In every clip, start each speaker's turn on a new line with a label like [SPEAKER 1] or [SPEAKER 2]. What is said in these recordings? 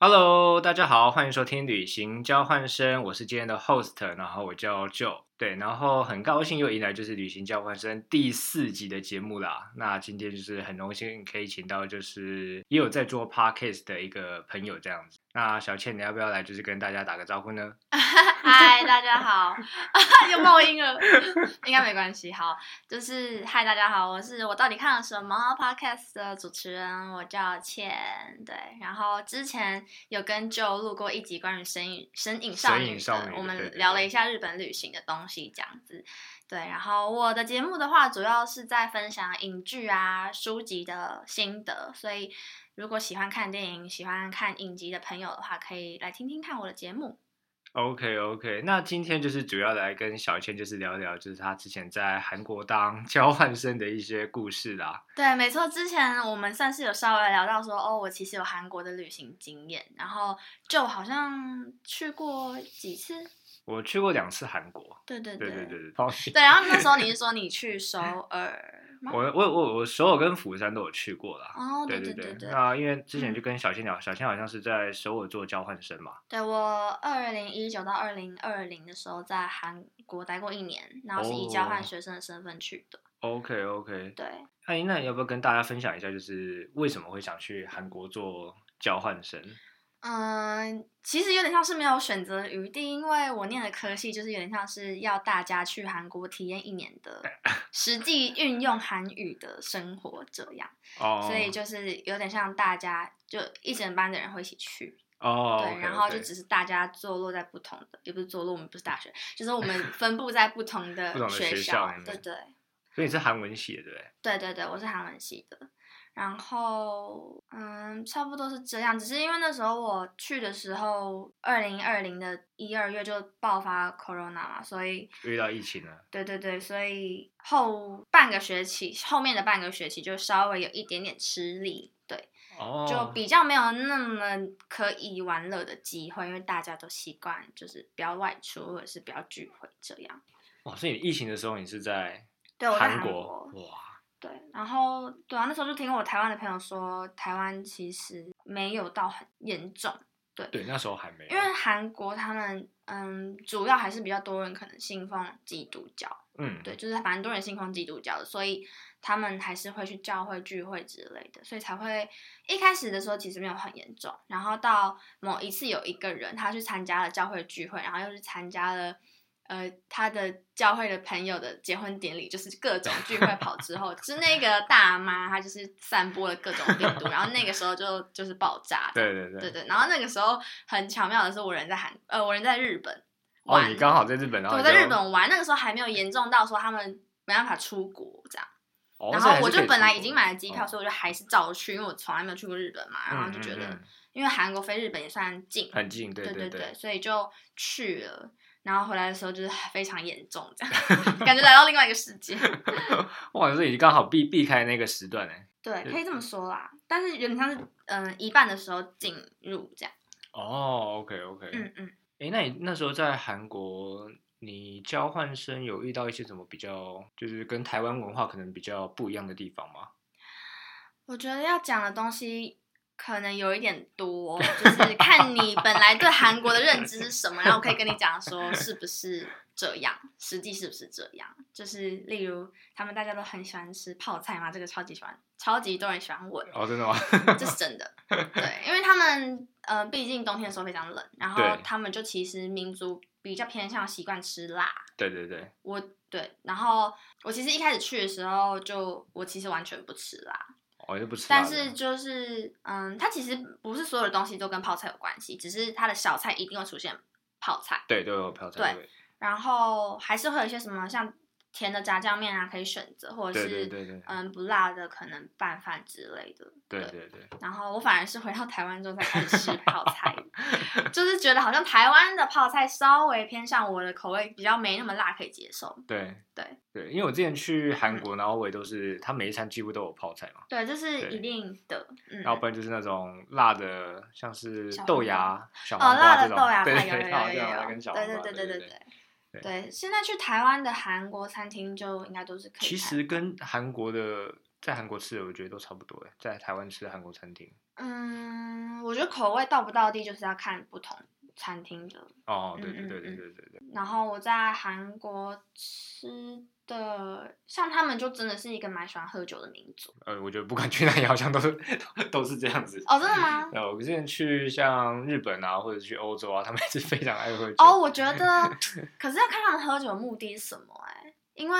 [SPEAKER 1] Hello，大家好，欢迎收听旅行交换生，我是今天的 host，然后我叫 Joe，对，然后很高兴又迎来就是旅行交换生第四集的节目啦。那今天就是很荣幸可以请到就是也有在做 podcast 的一个朋友这样子。那小倩，你要不要来就是跟大家打个招呼呢？
[SPEAKER 2] 嗨，大家好， 又冒音了， 应该没关系。好，就是嗨，大家好，我是我到底看了什么 podcast 的主持人，我叫倩，对。然后之前有跟 Joe 录过一集关于神隐神隐少
[SPEAKER 1] 神
[SPEAKER 2] 女
[SPEAKER 1] 隐
[SPEAKER 2] 的，
[SPEAKER 1] 少女的
[SPEAKER 2] 我
[SPEAKER 1] 对
[SPEAKER 2] 们
[SPEAKER 1] 对
[SPEAKER 2] 聊了
[SPEAKER 1] 对
[SPEAKER 2] 一下日本旅行的东西，这样子。对，然后我的节目的话，主要是在分享影剧啊、书籍的心得，所以如果喜欢看电影、喜欢看影集的朋友的话，可以来听听看我的节目。
[SPEAKER 1] OK OK，那今天就是主要来跟小倩就是聊聊，就是她之前在韩国当交换生的一些故事啦。
[SPEAKER 2] 对，没错，之前我们算是有稍微聊到说，哦，我其实有韩国的旅行经验，然后就好像去过几次，
[SPEAKER 1] 我去过两次韩国，
[SPEAKER 2] 对对
[SPEAKER 1] 对对
[SPEAKER 2] 对
[SPEAKER 1] 对对。抱歉
[SPEAKER 2] 对然后那时候你是说你去首尔吗？
[SPEAKER 1] 我我我我首尔跟釜山都有去过啦。
[SPEAKER 2] 哦，
[SPEAKER 1] 对
[SPEAKER 2] 对
[SPEAKER 1] 对
[SPEAKER 2] 对，嗯
[SPEAKER 1] 那因为之前就跟小倩聊，小倩好像是在首尔做交换生嘛。
[SPEAKER 2] 对我二零一九到二零二零的时候在韩国待过一年，然后是以交
[SPEAKER 1] 哦
[SPEAKER 2] 换学生的身份去的。
[SPEAKER 1] OK OK，
[SPEAKER 2] 对，
[SPEAKER 1] 那那你要不要跟大家分享一下，就是为什么会想去韩国做交换生？
[SPEAKER 2] 嗯，其实有点像是没有选择余地，因为我念的科系就是有点像是要大家去韩国体验一年 的实际运用韩语的生活这样，
[SPEAKER 1] 哦、
[SPEAKER 2] 所以就是有点像大家就一整班的人会一起去，
[SPEAKER 1] 哦
[SPEAKER 2] 对
[SPEAKER 1] OK，
[SPEAKER 2] 然后就
[SPEAKER 1] OK
[SPEAKER 2] 只是大家坐落在不同的，也不是坐落，我们不是大学，就是我们分布在不同的
[SPEAKER 1] 不同的学校
[SPEAKER 2] 校
[SPEAKER 1] 里，面
[SPEAKER 2] 对对
[SPEAKER 1] 所以你是韩文系的对不对？
[SPEAKER 2] 对对对，我是韩文系的。然后，嗯，差不多是这样。只是因为那时候我去的时候，二零二零的一二月就爆发 corona 嘛，所以，
[SPEAKER 1] 遇到疫情了。
[SPEAKER 2] 对对对，所以后半个学期，后面的半个学期就稍微有一点点吃力，对，
[SPEAKER 1] 哦，
[SPEAKER 2] 就比较没有那么可以玩乐的机会，因为大家都习惯就是不要外出或者是不要聚会这样。
[SPEAKER 1] 哇，所以你疫情的时候你是在
[SPEAKER 2] 对，我在韩
[SPEAKER 1] 国
[SPEAKER 2] 国，
[SPEAKER 1] 哇，
[SPEAKER 2] 对，然后对啊，那时候就听我台湾的朋友说，台湾其实没有到很严重，
[SPEAKER 1] 对，那时候还没有，
[SPEAKER 2] 因为韩国他们嗯，主要还是比较多人可能信奉基督教，
[SPEAKER 1] 嗯
[SPEAKER 2] 对，就是蛮多人信奉基督教的，所以他们还是会去教会聚会之类的，所以才会一开始的时候其实没有很严重，然后到某一次有一个人他去参加了教会聚会，然后又去参加了。呃，他的教会的朋友的结婚典礼，就是各种聚会跑之后，是那个大妈，她就是散播了各种病毒，然后那个时候就就是爆炸，
[SPEAKER 1] 对对对
[SPEAKER 2] 对对。然后那个时候很巧妙的是，我人在韩，呃，我人在日本
[SPEAKER 1] 哦，
[SPEAKER 2] 玩，
[SPEAKER 1] 你刚好在日本，然
[SPEAKER 2] 对，
[SPEAKER 1] 后
[SPEAKER 2] 我
[SPEAKER 1] 你
[SPEAKER 2] 在
[SPEAKER 1] 就
[SPEAKER 2] 日，本玩，那个时候还没有严重到说他们没办法出国这样。
[SPEAKER 1] 哦
[SPEAKER 2] 然
[SPEAKER 1] 所以还是
[SPEAKER 2] 后我
[SPEAKER 1] 可
[SPEAKER 2] 就
[SPEAKER 1] 以
[SPEAKER 2] 本
[SPEAKER 1] 出
[SPEAKER 2] 来
[SPEAKER 1] 国
[SPEAKER 2] 已经买了机票，
[SPEAKER 1] 哦
[SPEAKER 2] 所以我就还是照去，因为我从来没有去过日本嘛。然后
[SPEAKER 1] 嗯
[SPEAKER 2] 就觉
[SPEAKER 1] 嗯
[SPEAKER 2] 得，
[SPEAKER 1] 嗯
[SPEAKER 2] 因为韩国飞日本也算近，
[SPEAKER 1] 很近，对对
[SPEAKER 2] 对对，所以就去了。然后回来的时候就是非常严重，这样感觉来到另外一个世界。
[SPEAKER 1] 哇，所以你刚好避避开那个时段呢。
[SPEAKER 2] 对，可
[SPEAKER 1] 嗯
[SPEAKER 2] 以这么说啦。但是有点像是，嗯、一半的时候进入这样。
[SPEAKER 1] 哦，OK OK，
[SPEAKER 2] 嗯嗯。
[SPEAKER 1] 哎、那你那时候在韩国，你交换生有遇到一些什么比较，就是跟台湾文化可能比较不一样的地方吗？
[SPEAKER 2] 我觉得要讲的东西可能有一点多，就是看你本来对韩国的认知是什么，然后我可以跟你讲说是不是这样，实际是不是这样。就是例如，他们大家都很喜欢吃泡菜嘛，这个超级喜欢，超级多人喜欢问，
[SPEAKER 1] 哦，真的吗？
[SPEAKER 2] 这是真的。对，因为他们呃，毕竟冬天的时候非常冷，然后
[SPEAKER 1] 对
[SPEAKER 2] 他们就其实民族比较偏向习惯吃辣，
[SPEAKER 1] 对对对，
[SPEAKER 2] 我对，然后我其实一开始去的时候就我其实完全不吃辣，
[SPEAKER 1] 我、哦、就不吃辣
[SPEAKER 2] 但
[SPEAKER 1] 的。
[SPEAKER 2] 是就是，嗯，它其实不是所有的东西都跟泡菜有关系，只是它的小菜一定会出现泡菜，
[SPEAKER 1] 对都有泡菜
[SPEAKER 2] 对
[SPEAKER 1] 味。
[SPEAKER 2] 然后还是会有一些什么像甜的炸酱面啊可以选择，或者
[SPEAKER 1] 对
[SPEAKER 2] 是
[SPEAKER 1] 对对对
[SPEAKER 2] 嗯不辣的可能拌饭之类的。
[SPEAKER 1] 对
[SPEAKER 2] 对
[SPEAKER 1] 对对，
[SPEAKER 2] 然后我反而是回到台湾之后才开始吃泡菜，就是觉得好像台湾的泡菜稍微偏向我的口味，比较没那么辣可以接受。
[SPEAKER 1] 对
[SPEAKER 2] 对嗯
[SPEAKER 1] 对，因为我之前去韩国，然后我也都是，他每一餐几乎都有泡菜嘛，
[SPEAKER 2] 对，这是
[SPEAKER 1] 对
[SPEAKER 2] 一定的。嗯，
[SPEAKER 1] 然后不然就是那种辣的，像是
[SPEAKER 2] 小
[SPEAKER 1] 豆
[SPEAKER 2] 黄
[SPEAKER 1] 芽、小
[SPEAKER 2] 哦，
[SPEAKER 1] 黄
[SPEAKER 2] 辣
[SPEAKER 1] 瓜
[SPEAKER 2] 的
[SPEAKER 1] 这
[SPEAKER 2] 豆
[SPEAKER 1] 种，
[SPEAKER 2] 芽
[SPEAKER 1] 对
[SPEAKER 2] 饭
[SPEAKER 1] 对
[SPEAKER 2] 有有
[SPEAKER 1] 对，
[SPEAKER 2] 有有
[SPEAKER 1] 辣
[SPEAKER 2] 有
[SPEAKER 1] 椒跟小黄
[SPEAKER 2] 对
[SPEAKER 1] 瓜，
[SPEAKER 2] 对
[SPEAKER 1] 对
[SPEAKER 2] 对对
[SPEAKER 1] 对。对
[SPEAKER 2] 对对。现在去台湾的韩国餐厅就应该都是可以看。
[SPEAKER 1] 其实跟韩国的在韩国吃的我觉得都差不多哎，在台湾吃的韩国餐厅
[SPEAKER 2] 嗯，我觉得口味到不到地就是要看不同餐厅的。
[SPEAKER 1] 哦，
[SPEAKER 2] 嗯
[SPEAKER 1] 对对
[SPEAKER 2] 嗯
[SPEAKER 1] 对对
[SPEAKER 2] 嗯
[SPEAKER 1] 对对对，
[SPEAKER 2] 然后我在韩国吃的，像他们就真的是一个蛮喜欢喝酒的民族。
[SPEAKER 1] 呃，我觉得不管去哪里好像都是都是这样 子。
[SPEAKER 2] 哦，真的吗？
[SPEAKER 1] 呃，我之前去像日本啊，或者去欧洲啊，他们也是非常爱喝酒。
[SPEAKER 2] 哦，我觉得， 可是要看他们喝酒的目的是什么哎、因为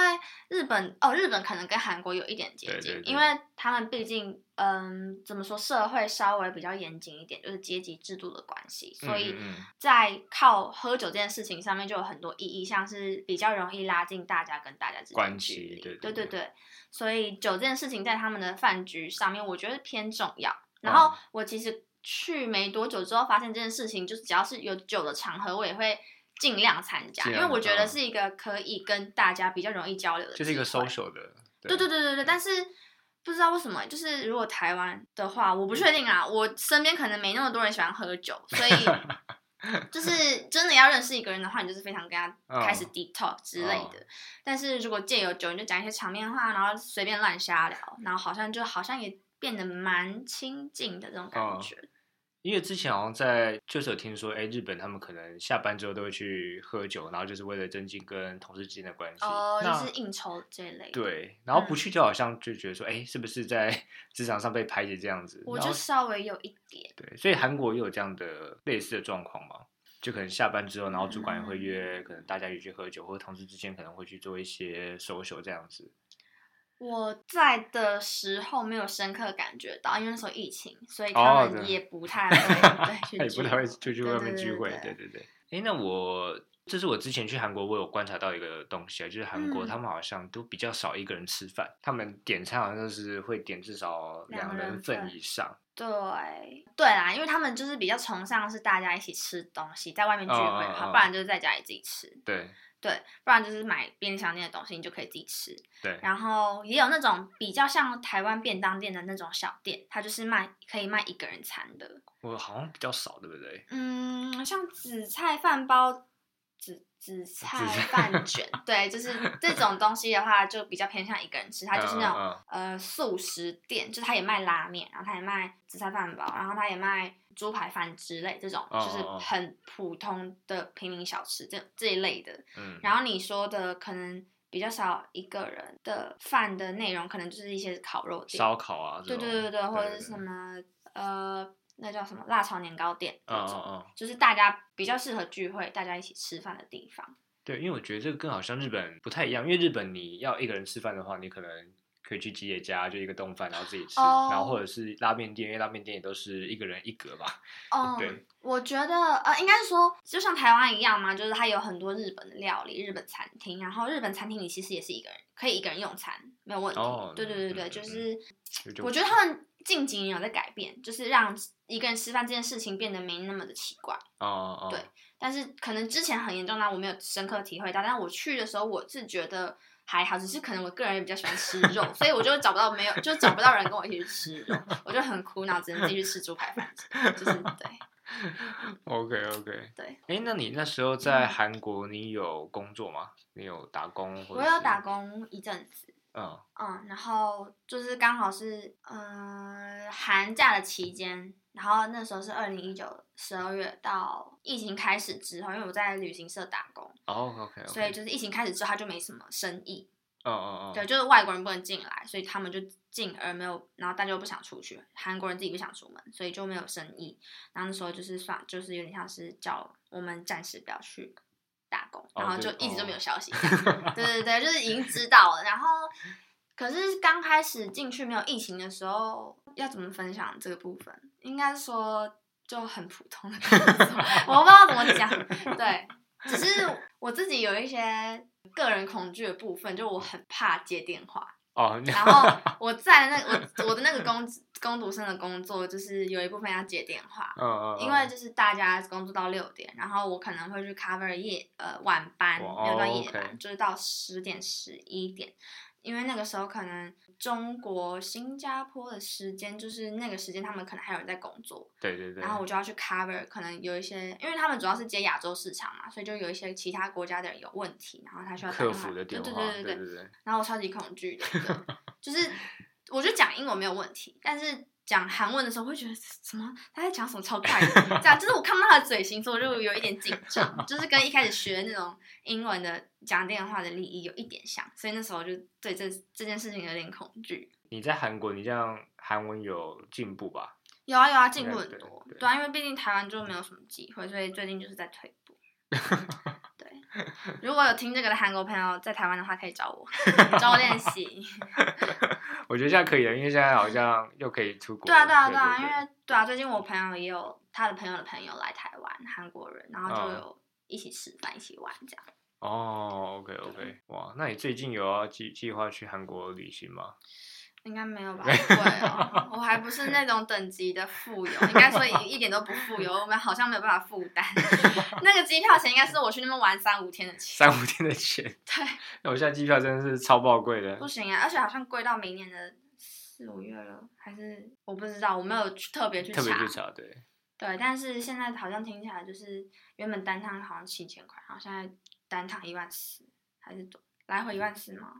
[SPEAKER 2] 日本哦，日本可能跟韩国有一点接
[SPEAKER 1] 对
[SPEAKER 2] 近，
[SPEAKER 1] 对对
[SPEAKER 2] 因为他们毕竟嗯，怎么说，社会稍微比较严谨一点，就是阶级制度的关系，所以
[SPEAKER 1] 嗯嗯嗯
[SPEAKER 2] 在靠喝酒这件事情上面就有很多意义，像是比较容易拉近大家跟大家之间的
[SPEAKER 1] 关
[SPEAKER 2] 距
[SPEAKER 1] 系
[SPEAKER 2] 离，
[SPEAKER 1] 对
[SPEAKER 2] 对
[SPEAKER 1] 对
[SPEAKER 2] 对
[SPEAKER 1] 对
[SPEAKER 2] 对，所以酒这件事情在他们的饭局上面，我觉得偏重要。然后
[SPEAKER 1] 嗯
[SPEAKER 2] 我其实去没多久之后，发现这件事情，就是只要是有酒的场合，我也会尽量参加，
[SPEAKER 1] 尽
[SPEAKER 2] 因为
[SPEAKER 1] 量
[SPEAKER 2] 我觉得
[SPEAKER 1] 嗯
[SPEAKER 2] 是一个可以跟大家比较容易交流的，
[SPEAKER 1] 就是一个
[SPEAKER 2] 收。
[SPEAKER 1] social 的。
[SPEAKER 2] 对对对对对，但是不知道为什么，就是如果台湾的话，我不确
[SPEAKER 1] 嗯
[SPEAKER 2] 定啊，我身边可能没那么多人喜欢喝酒， 所以就是真的要认识一个人的话，你就是非常跟他开始
[SPEAKER 1] 嗯
[SPEAKER 2] detox 之类的。但是如果借由酒，你就讲一些场面话，然后随便乱瞎聊，然后好像就好像也变得蛮亲近的这种感
[SPEAKER 1] 嗯
[SPEAKER 2] 觉。
[SPEAKER 1] 因为之前好像在就是有听说，哎，日本他们可能下班之后都会去喝酒，然后就是为了增进跟同事之间的关系。
[SPEAKER 2] 哦，就
[SPEAKER 1] 那
[SPEAKER 2] 是应酬这类的。，
[SPEAKER 1] 对，然后不
[SPEAKER 2] 嗯
[SPEAKER 1] 去就好像就觉得说，哎、是不是在 职场上被排挤这样子？
[SPEAKER 2] 我
[SPEAKER 1] 然
[SPEAKER 2] 就
[SPEAKER 1] 后
[SPEAKER 2] 稍微有一点。
[SPEAKER 1] 对，所以韩国也有这样的类似的状况嘛，就可能下班之后，然后主管也
[SPEAKER 2] 嗯
[SPEAKER 1] 会约，可能大家一起去喝酒，或者同事之间可能会去做一些 social 这样子。
[SPEAKER 2] 我在的时候没有深刻感觉到，因为那时候疫情，所以他
[SPEAKER 1] 哦
[SPEAKER 2] 们
[SPEAKER 1] 对
[SPEAKER 2] 也不 太会对
[SPEAKER 1] 也
[SPEAKER 2] 去
[SPEAKER 1] 不太会
[SPEAKER 2] 聚
[SPEAKER 1] 出去
[SPEAKER 2] 对
[SPEAKER 1] 外
[SPEAKER 2] 对
[SPEAKER 1] 面
[SPEAKER 2] 对
[SPEAKER 1] 聚
[SPEAKER 2] 对
[SPEAKER 1] 会，
[SPEAKER 2] 对
[SPEAKER 1] 对对对。哎，那我这是我之前去韩国，我有观察到一个东西啊，就是韩国
[SPEAKER 2] 嗯
[SPEAKER 1] 他们好像都比较少一个人吃饭，他们点餐好像都是会点至少
[SPEAKER 2] 两
[SPEAKER 1] 两
[SPEAKER 2] 人
[SPEAKER 1] 人份
[SPEAKER 2] 份
[SPEAKER 1] 以上。
[SPEAKER 2] 对对啦，因为他们就是比较崇尚是大家一起吃东西，在外面聚会
[SPEAKER 1] 哦
[SPEAKER 2] 的话，
[SPEAKER 1] 哦哦
[SPEAKER 2] 不然就是在家里自己吃，
[SPEAKER 1] 对
[SPEAKER 2] 对，不然就是买便利商店的东西，你就可以自己吃。
[SPEAKER 1] 对，
[SPEAKER 2] 然后也有那种比较像台湾便当店的那种小店，它就是卖可以卖一个人餐的，
[SPEAKER 1] 我好像比较少，对不对？
[SPEAKER 2] 嗯，像紫菜饭包、紫紫菜
[SPEAKER 1] 菜
[SPEAKER 2] 饭 卷，对，就是这种东西的话，就比较偏向一个人吃。它就是那种、
[SPEAKER 1] 嗯嗯
[SPEAKER 2] 呃素食店，就是它也卖拉面，然后它也卖紫菜饭包，然后它也卖猪排饭之类这种，就
[SPEAKER 1] 哦哦哦
[SPEAKER 2] 是很普通的平民小吃这这一类的。
[SPEAKER 1] 嗯，
[SPEAKER 2] 然后你说的可能比较少一个人的饭的内容，可能就是一些烤肉店，
[SPEAKER 1] 烧烤啊，
[SPEAKER 2] 对对对对对，或者是什
[SPEAKER 1] 么，
[SPEAKER 2] 么呃。那叫什么辣炒年糕店
[SPEAKER 1] 嗯
[SPEAKER 2] 那种
[SPEAKER 1] 嗯，嗯，
[SPEAKER 2] 就是大家比较适合聚会，大家一起吃饭的地方。
[SPEAKER 1] 对，因为我觉得这个跟好像日本不太一样，因为日本你要一个人吃饭的话，你可能可以去吉野家就一个冻饭，然后自己吃，然后
[SPEAKER 2] 哦
[SPEAKER 1] 或者是拉面店，因为拉面店也都是一个人一格吧。
[SPEAKER 2] 嗯
[SPEAKER 1] 对，
[SPEAKER 2] 我觉得呃，应该是说，就像台湾一样嘛，就是它有很多日本的料理、日本餐厅，然后日本餐厅里其实也是一个人可以一个人用餐，没有问题。
[SPEAKER 1] 哦
[SPEAKER 2] 对对对
[SPEAKER 1] 嗯
[SPEAKER 2] 对，
[SPEAKER 1] 嗯
[SPEAKER 2] 就
[SPEAKER 1] 嗯
[SPEAKER 2] 是
[SPEAKER 1] 就就
[SPEAKER 2] 我觉得他们近几年有在改变，就是让一个人吃饭这件事情变得没那么的奇怪。
[SPEAKER 1] 哦哦，
[SPEAKER 2] 对但是可能之前很严重，但我没有深刻体会到。但我去的时候，我是觉得还好，只是可能我个人也比较喜欢吃肉，所以我就找不到没有，就找不到人跟我一起去吃肉，我就很苦恼，只能自己去吃猪排饭，就是对。
[SPEAKER 1] OK OK，
[SPEAKER 2] 对。
[SPEAKER 1] 哎，那你那时候在
[SPEAKER 2] 嗯
[SPEAKER 1] 韩国，你有工作吗？你有打工？
[SPEAKER 2] 我有打。工一阵子，
[SPEAKER 1] 嗯，
[SPEAKER 2] 嗯，然后就是刚好是嗯、呃寒假的期间，然后那时候是二零一九十二月到疫情开始之后，因为我在旅行社打工，
[SPEAKER 1] 哦 OK OK。
[SPEAKER 2] 所以就是疫情开始之后，他就没什么生意，
[SPEAKER 1] 嗯嗯嗯。
[SPEAKER 2] 对，就是外国人不能进来，所以他们就进而没有，然后大家又不想出去，韩国人自己不想出门，所以就没有生意。然后那时候就是算，就是有点像是叫我们暂时不要去打工，
[SPEAKER 1] 哦
[SPEAKER 2] 然后就
[SPEAKER 1] 就
[SPEAKER 2] 一直都没有
[SPEAKER 1] 哦
[SPEAKER 2] 消息这样。对对对，就是已经知道了。然后可是刚开始进去没有疫情的时候，要怎么分享这个部分？应该说就很普通的工 作，我不知道怎么讲，对。只是我自己有一些个人恐惧的部分，就我很怕接电 话。
[SPEAKER 1] 哦，
[SPEAKER 2] 然后我在那我我的那个工工读生的工作，就是有一部分要接电话，
[SPEAKER 1] 嗯嗯，
[SPEAKER 2] 因为就是大家工作到六点，然后我可能会去 cover 夜呃晚班，
[SPEAKER 1] 哇
[SPEAKER 2] 没有到
[SPEAKER 1] 哦
[SPEAKER 2] 夜班，
[SPEAKER 1] ，OK
[SPEAKER 2] 就是到十点十一点。因为那个时候可能中国、新加坡的时间，就是那个时间他们可能还有人在工作，
[SPEAKER 1] 对对对。
[SPEAKER 2] 然后我就要去 cover，可能有一些，因为他们主要是接亚洲市场嘛，所以就有一些其他国家的人有问题，然后他需要打
[SPEAKER 1] 客
[SPEAKER 2] 电话
[SPEAKER 1] 服的电话，
[SPEAKER 2] 对对对对
[SPEAKER 1] 对
[SPEAKER 2] 对。
[SPEAKER 1] 对，
[SPEAKER 2] 然后我超级恐惧的，对就是我觉得讲英文没有问题，但是讲韩文的时候，我会觉得什么他在讲什么超怪的，这样就是我看不到他的嘴型，所以我就有一点紧张，就是跟一开始学那种英文的讲电话的礼仪有一点像，所以那时候就对这这件事情有点恐惧。
[SPEAKER 1] 你在韩国，你这样韩文有进步吧？
[SPEAKER 2] 有啊有啊，进步很
[SPEAKER 1] 对对
[SPEAKER 2] 多，
[SPEAKER 1] 对
[SPEAKER 2] 对啊，因为毕竟台湾就没有什么机会，所以最近就是在退 步。对，如果有听这个的韩国朋友在台湾的话，可以找我找我练习。
[SPEAKER 1] 我觉得现在可以了，因为现在好像又可以出国
[SPEAKER 2] 对
[SPEAKER 1] 了。
[SPEAKER 2] 啊，对啊，对
[SPEAKER 1] 对
[SPEAKER 2] 啊，
[SPEAKER 1] 对
[SPEAKER 2] 因为对啊，最近我朋友也有他的朋友的朋友来台湾，韩国人，然后就
[SPEAKER 1] 嗯
[SPEAKER 2] 有一起吃饭、一起玩这样。
[SPEAKER 1] 哦，OK OK，哇，那你最近有要计计划去韩国旅行吗？
[SPEAKER 2] 应该没有吧？不会哦，我还不是那种等级的富有，应该说一一点都不富有，我们好像没有办法负担。 那个机票钱应该是我去那边玩三五天的钱。
[SPEAKER 1] 三五天的钱，
[SPEAKER 2] 对，
[SPEAKER 1] 那我现在机票真的是超爆贵的
[SPEAKER 2] 不。行啊，而且好像贵到明年的四五月了，还是我不知道，我没有去特别去查。
[SPEAKER 1] 特别去查，对，
[SPEAKER 2] 对，但是现在好像听起来就是原本单趟好像七千块，然后现在单趟一万四还是多，来回一万四吗？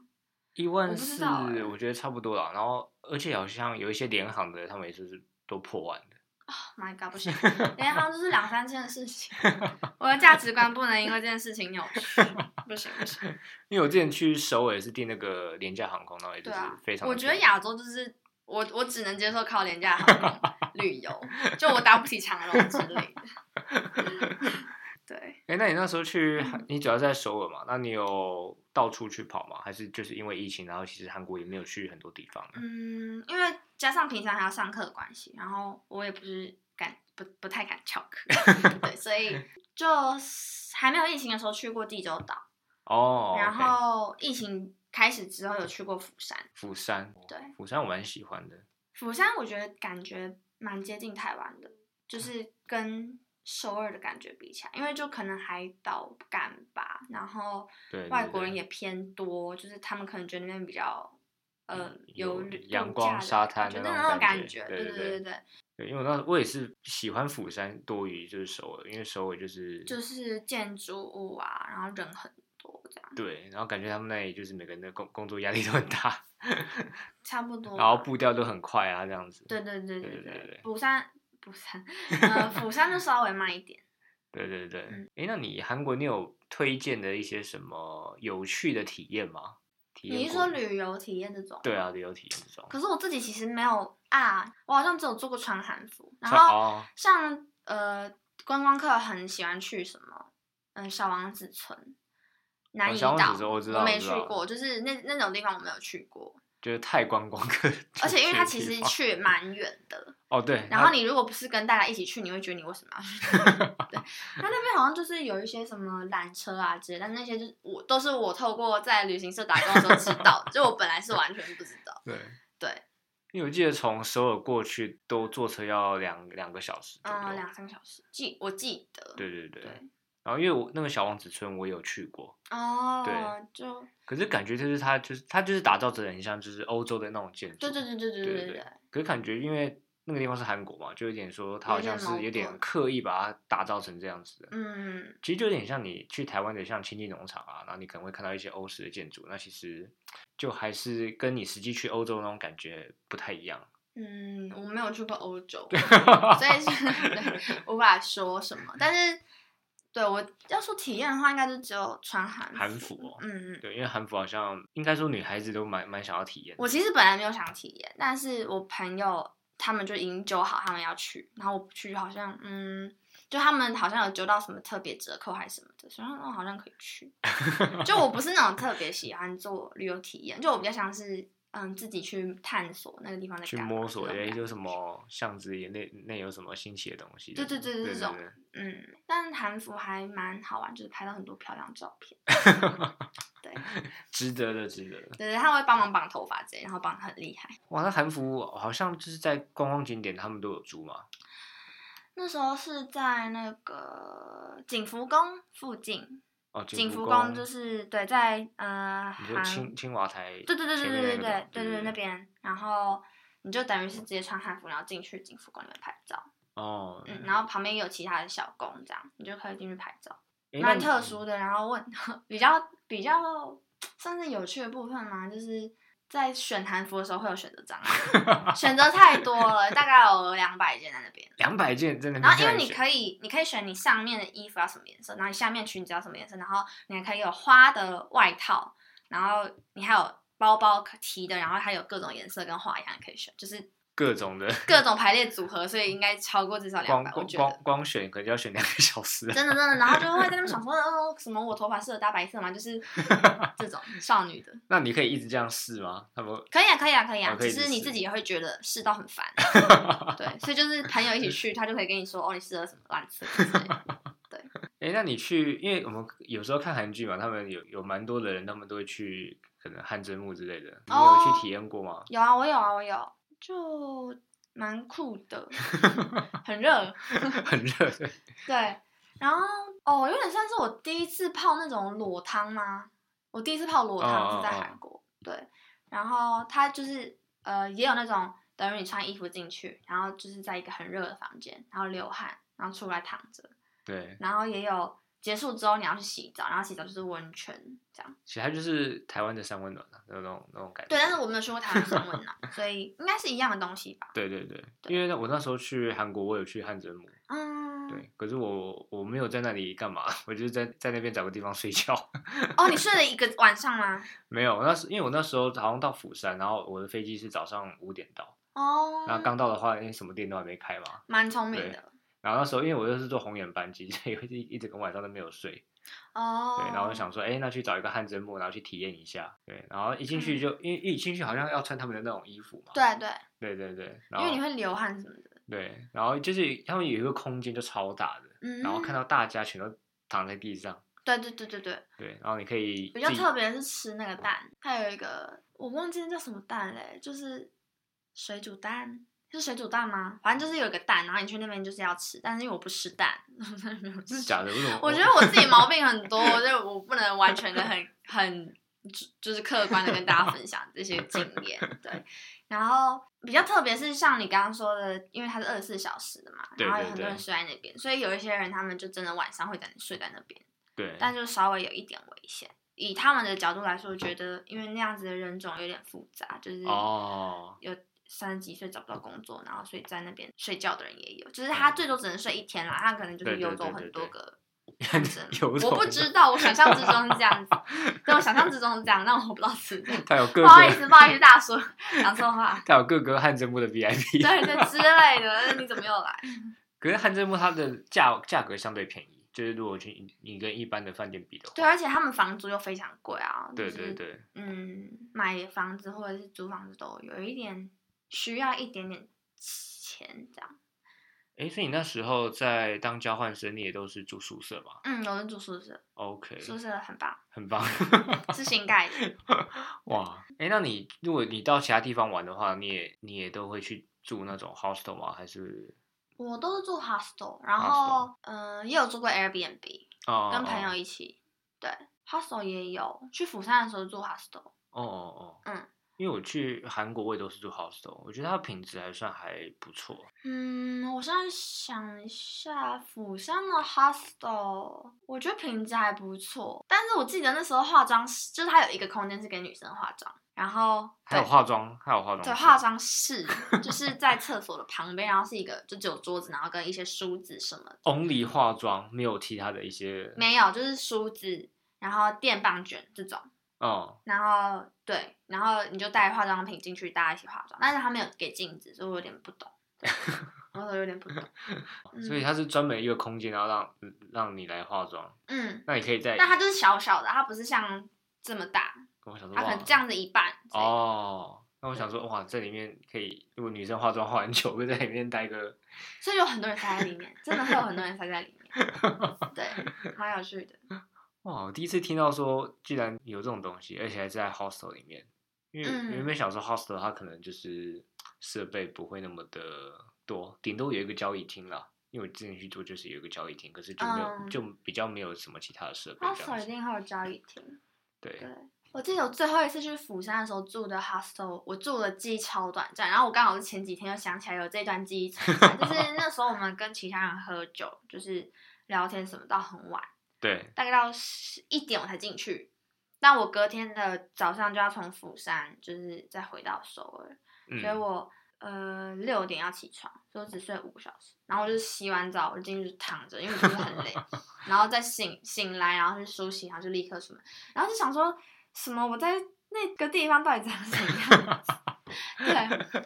[SPEAKER 1] 一万
[SPEAKER 2] 不知
[SPEAKER 1] 四
[SPEAKER 2] 道哎
[SPEAKER 1] 我觉得差不多了。然后，而且好像有一些联行的，他们也是都破万的。
[SPEAKER 2] Oh my god，不行，联行就是两三千的事情， 我的价值观不能因为这件事情扭曲，不行不行。
[SPEAKER 1] 因为我之前去首尔是订那个廉价航空，然后也就
[SPEAKER 2] 对
[SPEAKER 1] 是
[SPEAKER 2] 啊
[SPEAKER 1] 非，常的便宜。
[SPEAKER 2] 我觉得亚洲就是我我只能接受靠廉价航空旅游，就我搭不起长荣之类的。 对，
[SPEAKER 1] 哎、那你那时候去韩，
[SPEAKER 2] 嗯
[SPEAKER 1] 你主要在首尔嘛？那你有到处去跑吗？还是就是因为疫情，然后其实韩国也没有去很多地方呢？
[SPEAKER 2] 嗯，因为加上平常还要上课的关系，然后我也不是敢不不太敢翘课， 对，所以就是还没有疫情的时候去过济州岛，
[SPEAKER 1] 哦，
[SPEAKER 2] 然
[SPEAKER 1] OK
[SPEAKER 2] 后疫情开始之后有去过釜山，
[SPEAKER 1] 釜山，
[SPEAKER 2] 对，
[SPEAKER 1] 釜山我蛮喜欢的。
[SPEAKER 2] 釜山我觉得感觉蛮接近台湾的，就是跟首尔的感觉比起来，因为就可能海岛感吧，然后
[SPEAKER 1] 对对
[SPEAKER 2] 外国人
[SPEAKER 1] 对
[SPEAKER 2] 也偏多，就是他们可能觉得那边比较。呃，
[SPEAKER 1] 嗯有
[SPEAKER 2] 旅度
[SPEAKER 1] 阳
[SPEAKER 2] 假
[SPEAKER 1] 光
[SPEAKER 2] 的
[SPEAKER 1] 沙滩
[SPEAKER 2] 感觉
[SPEAKER 1] 的
[SPEAKER 2] 的
[SPEAKER 1] 那
[SPEAKER 2] 那
[SPEAKER 1] 种
[SPEAKER 2] 种
[SPEAKER 1] 感觉
[SPEAKER 2] 感觉，
[SPEAKER 1] 对对
[SPEAKER 2] 对对
[SPEAKER 1] 对
[SPEAKER 2] 对对，
[SPEAKER 1] 对，因为我那我也是喜欢釜山多于就是首尔，因为首尔就是
[SPEAKER 2] 就是建筑物啊，然后人很多这样，
[SPEAKER 1] 对，然后感觉他们那里就是每个人的工工作压力都很大，
[SPEAKER 2] 差不多吧。
[SPEAKER 1] 然后步调都很快啊，这样子。
[SPEAKER 2] 哦对对
[SPEAKER 1] 对
[SPEAKER 2] 对对
[SPEAKER 1] 对对对
[SPEAKER 2] 釜山釜山，呃，釜山就稍微慢一 点。
[SPEAKER 1] 对对对
[SPEAKER 2] 嗯
[SPEAKER 1] 哎、那你韩国你有推荐的一些什么有趣的体验吗？体验
[SPEAKER 2] 你是
[SPEAKER 1] 过
[SPEAKER 2] 说
[SPEAKER 1] 的
[SPEAKER 2] 旅游体验这种？
[SPEAKER 1] 对啊，。旅游体验这种。
[SPEAKER 2] 可是我自己其实没有啊，我好像只有做过穿韩服，然
[SPEAKER 1] 穿
[SPEAKER 2] 后
[SPEAKER 1] 哦
[SPEAKER 2] 像呃观光客很喜欢去什么，嗯、小王子村、南
[SPEAKER 1] 哦
[SPEAKER 2] 怡
[SPEAKER 1] 小
[SPEAKER 2] 岛
[SPEAKER 1] 王子村，我知道
[SPEAKER 2] 没
[SPEAKER 1] 我知
[SPEAKER 2] 去
[SPEAKER 1] 道
[SPEAKER 2] 过，就是那那种地方我没有去过，
[SPEAKER 1] 就是太观光客去的地方，
[SPEAKER 2] 而且因为它其实去蛮远的，
[SPEAKER 1] 哦对，
[SPEAKER 2] 然后
[SPEAKER 1] 它
[SPEAKER 2] 你如果不是跟大家一起去，你会觉得你为什么 要去？对，那那边好像就是有一些什么缆车啊之类，但那些就是我都是我透过在旅行社打工的时候知道的，就我本来是完全不知道。
[SPEAKER 1] 对
[SPEAKER 2] 对，
[SPEAKER 1] 因为我记得从首尔过去都坐车要两两个小时左右，
[SPEAKER 2] 嗯，两三个小时，记我记得。
[SPEAKER 1] 对对对。
[SPEAKER 2] 对
[SPEAKER 1] 然后因为我那个小王子村我有去过，
[SPEAKER 2] 哦
[SPEAKER 1] 对，
[SPEAKER 2] 就
[SPEAKER 1] 可是感觉就是它就是它就是打造成很像就是欧洲的那种建筑，
[SPEAKER 2] 对对对对对
[SPEAKER 1] 对
[SPEAKER 2] 对
[SPEAKER 1] 对可是感觉因为那个地方是韩国嘛，就有点说它
[SPEAKER 2] 有
[SPEAKER 1] 好像
[SPEAKER 2] 点矛
[SPEAKER 1] 是有点
[SPEAKER 2] 盾
[SPEAKER 1] 刻意把它打造成这样子的。
[SPEAKER 2] 嗯，
[SPEAKER 1] 其实就有点像你去台湾的像亲近农场啊，然后你可能会看到一些欧式的建筑，那其实就还是跟你实际去欧洲那种感觉不太一样。
[SPEAKER 2] 嗯，我没有去过欧洲，所 以是对无法说什么。但是，对我要说体验的话，应该就只有穿韩
[SPEAKER 1] 韩服哦
[SPEAKER 2] 嗯嗯，
[SPEAKER 1] 对，因为韩服好像应该说女孩子都蛮蛮想要体验的。
[SPEAKER 2] 我其实本来没有想体验，但是我朋友他们就已经揪好他们要去，然后我不去好像嗯，就他们好像有揪到什么特别折扣还是什么的，所以我哦好像可以 去。就我不是那种特别喜欢做旅游体验，就我比较像是嗯自己去探索那个地方在
[SPEAKER 1] 去
[SPEAKER 2] 干嘛
[SPEAKER 1] 摸索，
[SPEAKER 2] 这种
[SPEAKER 1] 哎，
[SPEAKER 2] 感
[SPEAKER 1] 有
[SPEAKER 2] 觉
[SPEAKER 1] 什么巷子里内内有什么新奇的东西？
[SPEAKER 2] 对对对
[SPEAKER 1] 对
[SPEAKER 2] 这种
[SPEAKER 1] 对
[SPEAKER 2] 嗯，但韩服还蛮好玩，就是拍到很多漂亮照片。对
[SPEAKER 1] 值得的，值得的。
[SPEAKER 2] 对对，他们会帮忙绑头发之类，然后绑得很厉害。
[SPEAKER 1] 哇，那韩服好像就是在观光景点他们都有租嘛。
[SPEAKER 2] 那时候是在那个景福宫附近，
[SPEAKER 1] 哦，
[SPEAKER 2] 景
[SPEAKER 1] 福
[SPEAKER 2] 福宫就是对，在呃
[SPEAKER 1] 你说
[SPEAKER 2] 韩，
[SPEAKER 1] 青青瓦台
[SPEAKER 2] 对对对对
[SPEAKER 1] 前
[SPEAKER 2] 对
[SPEAKER 1] 面那
[SPEAKER 2] 对对
[SPEAKER 1] 个
[SPEAKER 2] 对
[SPEAKER 1] 吧，
[SPEAKER 2] 对对那边，然后你就等于是直接穿汉服，然后进去景福宫里面拍照，
[SPEAKER 1] 哦，
[SPEAKER 2] 嗯，然后旁边也有其他的小宫，这样你就可以进去拍照，
[SPEAKER 1] 诶哎那
[SPEAKER 2] 蛮
[SPEAKER 1] 你嗯
[SPEAKER 2] 特殊的。然后问比较比较算是有趣的部分嘛，就是在选韩服的时候会有选择障 碍，选择太多了，大概有两百件在那边。
[SPEAKER 1] 两百件真的。
[SPEAKER 2] 然后因为你可以，你可以选你上面的衣服要什么颜色，然后你下面裙子要什么颜色，然后你还可以有花的外套，然后你还有包包可提的，然后还有各种颜色跟花样可以选，就是
[SPEAKER 1] 各种的，
[SPEAKER 2] 各种排列组合，所以应该超过至少两
[SPEAKER 1] 光
[SPEAKER 2] 百，我
[SPEAKER 1] 光
[SPEAKER 2] 觉得
[SPEAKER 1] 光。光选可能就要选两个小时啊。
[SPEAKER 2] 真的真的，然后就会在那边想说， 哦，什么我头发适合搭白色吗？就是 这种少女的，
[SPEAKER 1] 那你可以一直这样试吗？他们
[SPEAKER 2] 可以啊，可以啊，可以啊
[SPEAKER 1] 哦，可以
[SPEAKER 2] 只
[SPEAKER 1] 一
[SPEAKER 2] 是
[SPEAKER 1] 直
[SPEAKER 2] 你
[SPEAKER 1] 试
[SPEAKER 2] 自己也会觉得试到很 烦。对，所以就是朋友一起去，他就可以跟你说，哦，你适合什么烂色之类的。
[SPEAKER 1] 哎、那你去，因为我们有时候看韩剧嘛，他们有有蛮多的人，他们都会去可能汗蒸木之类的，你有
[SPEAKER 2] 哦
[SPEAKER 1] 去体验过吗？
[SPEAKER 2] 有啊，我有啊，我有，就蛮酷 的，很热。
[SPEAKER 1] 很热，对
[SPEAKER 2] 对，然后哦，有点算是我第一次泡那种裸汤吗？我第一次泡裸汤是在
[SPEAKER 1] 哦哦哦
[SPEAKER 2] 韩国，对，然后它就是呃也有那种等于你穿衣服进去，然后就是在一个很热的房间，然后流汗，然后出来躺着，
[SPEAKER 1] 对，
[SPEAKER 2] 然后也有结束之后你要去洗澡，然后洗澡就是温泉这样。
[SPEAKER 1] 其实它就是台湾的三温暖啊，那种那种感觉。
[SPEAKER 2] 对，但是我没有去过台湾升温暖，啊所以应该是一样的东西吧？
[SPEAKER 1] 对对对，
[SPEAKER 2] 对
[SPEAKER 1] 因为那我那时候去韩国，我有去汗蒸木，
[SPEAKER 2] 嗯，
[SPEAKER 1] 对，可是我我没有在那里干嘛， 我就是在在那边找个地方睡觉。
[SPEAKER 2] 哦，你睡了一个晚上吗？
[SPEAKER 1] 没有，那时因为我那时候好像到釜山，然后我的飞机是早上五点到，
[SPEAKER 2] 哦，
[SPEAKER 1] 那刚到的话，因为什么店都还没开嘛。
[SPEAKER 2] 蛮聪明
[SPEAKER 1] 对
[SPEAKER 2] 的
[SPEAKER 1] 然后那时候因为我又是坐红眼班机， 所以一一整个晚上都没有睡。
[SPEAKER 2] 哦。
[SPEAKER 1] 对，然后我就想说，哎，那去找一个汗蒸木，然后去体验一下。对，然后一进去就、因为因为一进去好像要穿他们的那种衣服嘛。
[SPEAKER 2] 对对，
[SPEAKER 1] 对对对，然
[SPEAKER 2] 因为你
[SPEAKER 1] 后
[SPEAKER 2] 会流汗什么的，
[SPEAKER 1] 对，然后就是他们有一个空间就超大的，
[SPEAKER 2] 嗯，
[SPEAKER 1] 然后看
[SPEAKER 2] 到，
[SPEAKER 1] 到大家全都躺在地上。
[SPEAKER 2] 嗯对对对对对，
[SPEAKER 1] 对，然后你可以
[SPEAKER 2] 比较
[SPEAKER 1] 自己
[SPEAKER 2] 特别是吃那个蛋，还有一个我忘记那叫什么蛋嘞，就是水煮蛋，是水煮蛋吗？反正就是有一个蛋，然后你去那边就是要吃，但是因为我不吃蛋， 我真的没有
[SPEAKER 1] 真
[SPEAKER 2] 吃
[SPEAKER 1] 的。假的？为什么？
[SPEAKER 2] 我觉得我自己毛病很多，我觉得我不能完全的很很就就是客观的跟大家分享这些经验，对。然后比较特别是像你刚刚说的，因为它是二十四小时的嘛，
[SPEAKER 1] 对
[SPEAKER 2] 然后有
[SPEAKER 1] 对
[SPEAKER 2] 很多人
[SPEAKER 1] 对
[SPEAKER 2] 睡在那边，所以有一些人他们就真的晚上会在睡在那边，
[SPEAKER 1] 对，
[SPEAKER 2] 但就稍微有一点危险。以他们的角度来说，觉得因为那样子的人种有点复杂，就是
[SPEAKER 1] 哦，
[SPEAKER 2] 有三十几岁找不到工作，然后所以在那边睡觉的人也有，就是他最多只能睡一天啦，他可能就
[SPEAKER 1] 嗯
[SPEAKER 2] 是
[SPEAKER 1] 对对
[SPEAKER 2] 游走
[SPEAKER 1] 对对
[SPEAKER 2] 很多
[SPEAKER 1] 对
[SPEAKER 2] 个
[SPEAKER 1] 游
[SPEAKER 2] 人生。
[SPEAKER 1] 走
[SPEAKER 2] 我不
[SPEAKER 1] 很
[SPEAKER 2] 知道，我想象之中是这样子， 对我想象之中是这样，但我不知道是不是。
[SPEAKER 1] 他 有各
[SPEAKER 2] 不
[SPEAKER 1] 个，
[SPEAKER 2] 好意思，不 好意思，大叔，讲错话。
[SPEAKER 1] 他有各个汗蒸木的 VIP。
[SPEAKER 2] 对对之类的，呃你怎么又来？
[SPEAKER 1] 可是汗蒸木它的价价格相对便宜，就是如果去你跟一般的饭店比的话，
[SPEAKER 2] 对，而啊且他们房租又非常贵啊。
[SPEAKER 1] 对
[SPEAKER 2] 就是
[SPEAKER 1] 对对
[SPEAKER 2] 嗯，买房子或者是租房子都有一点需要一点点钱这样。
[SPEAKER 1] 哎，所以你那时候在当交换生，你也都是住宿舍嘛
[SPEAKER 2] 嗯，我是住宿舍，
[SPEAKER 1] ？OK，
[SPEAKER 2] 宿舍很 棒，
[SPEAKER 1] 很棒，
[SPEAKER 2] 是新盖的。
[SPEAKER 1] 哇！哎，那你如果你到其他地方玩的话，你也你也都会去住那种 hostel 吗？还是
[SPEAKER 2] 我都是住 hostel，然
[SPEAKER 1] Hostel
[SPEAKER 2] 后嗯、呃也有住过 Airbnb，
[SPEAKER 1] 哦，
[SPEAKER 2] 跟朋
[SPEAKER 1] 哦
[SPEAKER 2] 友一起。对，hostel 也有，去釜山的时候住 hostel。
[SPEAKER 1] 哦哦哦，
[SPEAKER 2] 嗯，
[SPEAKER 1] 因为我去韩国，我也都是住 hostel，我觉得它品质还算还不错。
[SPEAKER 2] 嗯，我现在想一下，釜山的 hostel，我觉得品质还不错，但是我记得那时候化妆室，就是它有一个空间是给女生化妆，然后
[SPEAKER 1] 还有
[SPEAKER 2] 对
[SPEAKER 1] 化妆，还有化妆室，
[SPEAKER 2] 对，化妆室就是在厕所的旁边，然后是一个就只有桌子，然后跟一些梳子什么的，
[SPEAKER 1] only 化妆，没有其他的一些，
[SPEAKER 2] 没有，就是梳子，然后电棒卷这种。
[SPEAKER 1] 哦
[SPEAKER 2] 然后对，然后你就带化妆品进去，大家一起化妆。但是他没有给镜子，所以我有点不懂， 对我有点不懂。嗯
[SPEAKER 1] 所以它是专门一个空间，然后让嗯让你来化妆。
[SPEAKER 2] 嗯，
[SPEAKER 1] 那你可以在，
[SPEAKER 2] 但它就是小小的，它不是像这么大，
[SPEAKER 1] 我想说，
[SPEAKER 2] 它可
[SPEAKER 1] 哇，
[SPEAKER 2] 能这样子一半。哦，
[SPEAKER 1] 哦。那我想说，哇，这里面可以，如果女生化妆化很久，会在里面待个，
[SPEAKER 2] 所以有很多人塞在里面，真的会有很多人塞在里面。 对，蛮有趣的。
[SPEAKER 1] 哇！我第一次听到说，居然有这种东西，而且还在 hostel 里面。因为
[SPEAKER 2] 嗯
[SPEAKER 1] 原本想说 hostel 它可能就是设备不会那么的多，顶多有一个交易厅啦。因为我之前去做就是有一个交易厅，可是就没有、
[SPEAKER 2] 嗯
[SPEAKER 1] 就比较没有什么其他的设备这
[SPEAKER 2] hostel
[SPEAKER 1] 样
[SPEAKER 2] 一
[SPEAKER 1] 子。
[SPEAKER 2] 定会有交易厅。
[SPEAKER 1] 对
[SPEAKER 2] 对，我记得我最后一次去釜山的时候住的 hostel，我住的记忆超短暂。然后我刚好是前几天又想起来有这段记忆存在，就是那时候我们跟其他人喝酒，就是聊天什么到很晚，
[SPEAKER 1] 对，
[SPEAKER 2] 大概到一点我才进去。但我隔天的早上就要从釜山，就是再回到首尔，所以
[SPEAKER 1] 嗯，
[SPEAKER 2] 我呃六点要起床，所以我只睡五个小时，然后我就洗完澡我就进去躺着，因为我就是很累，然后再醒醒来，然后去梳洗，然后就立刻出门，然后就想说什么我在那个地方到底长什么样子？ 对，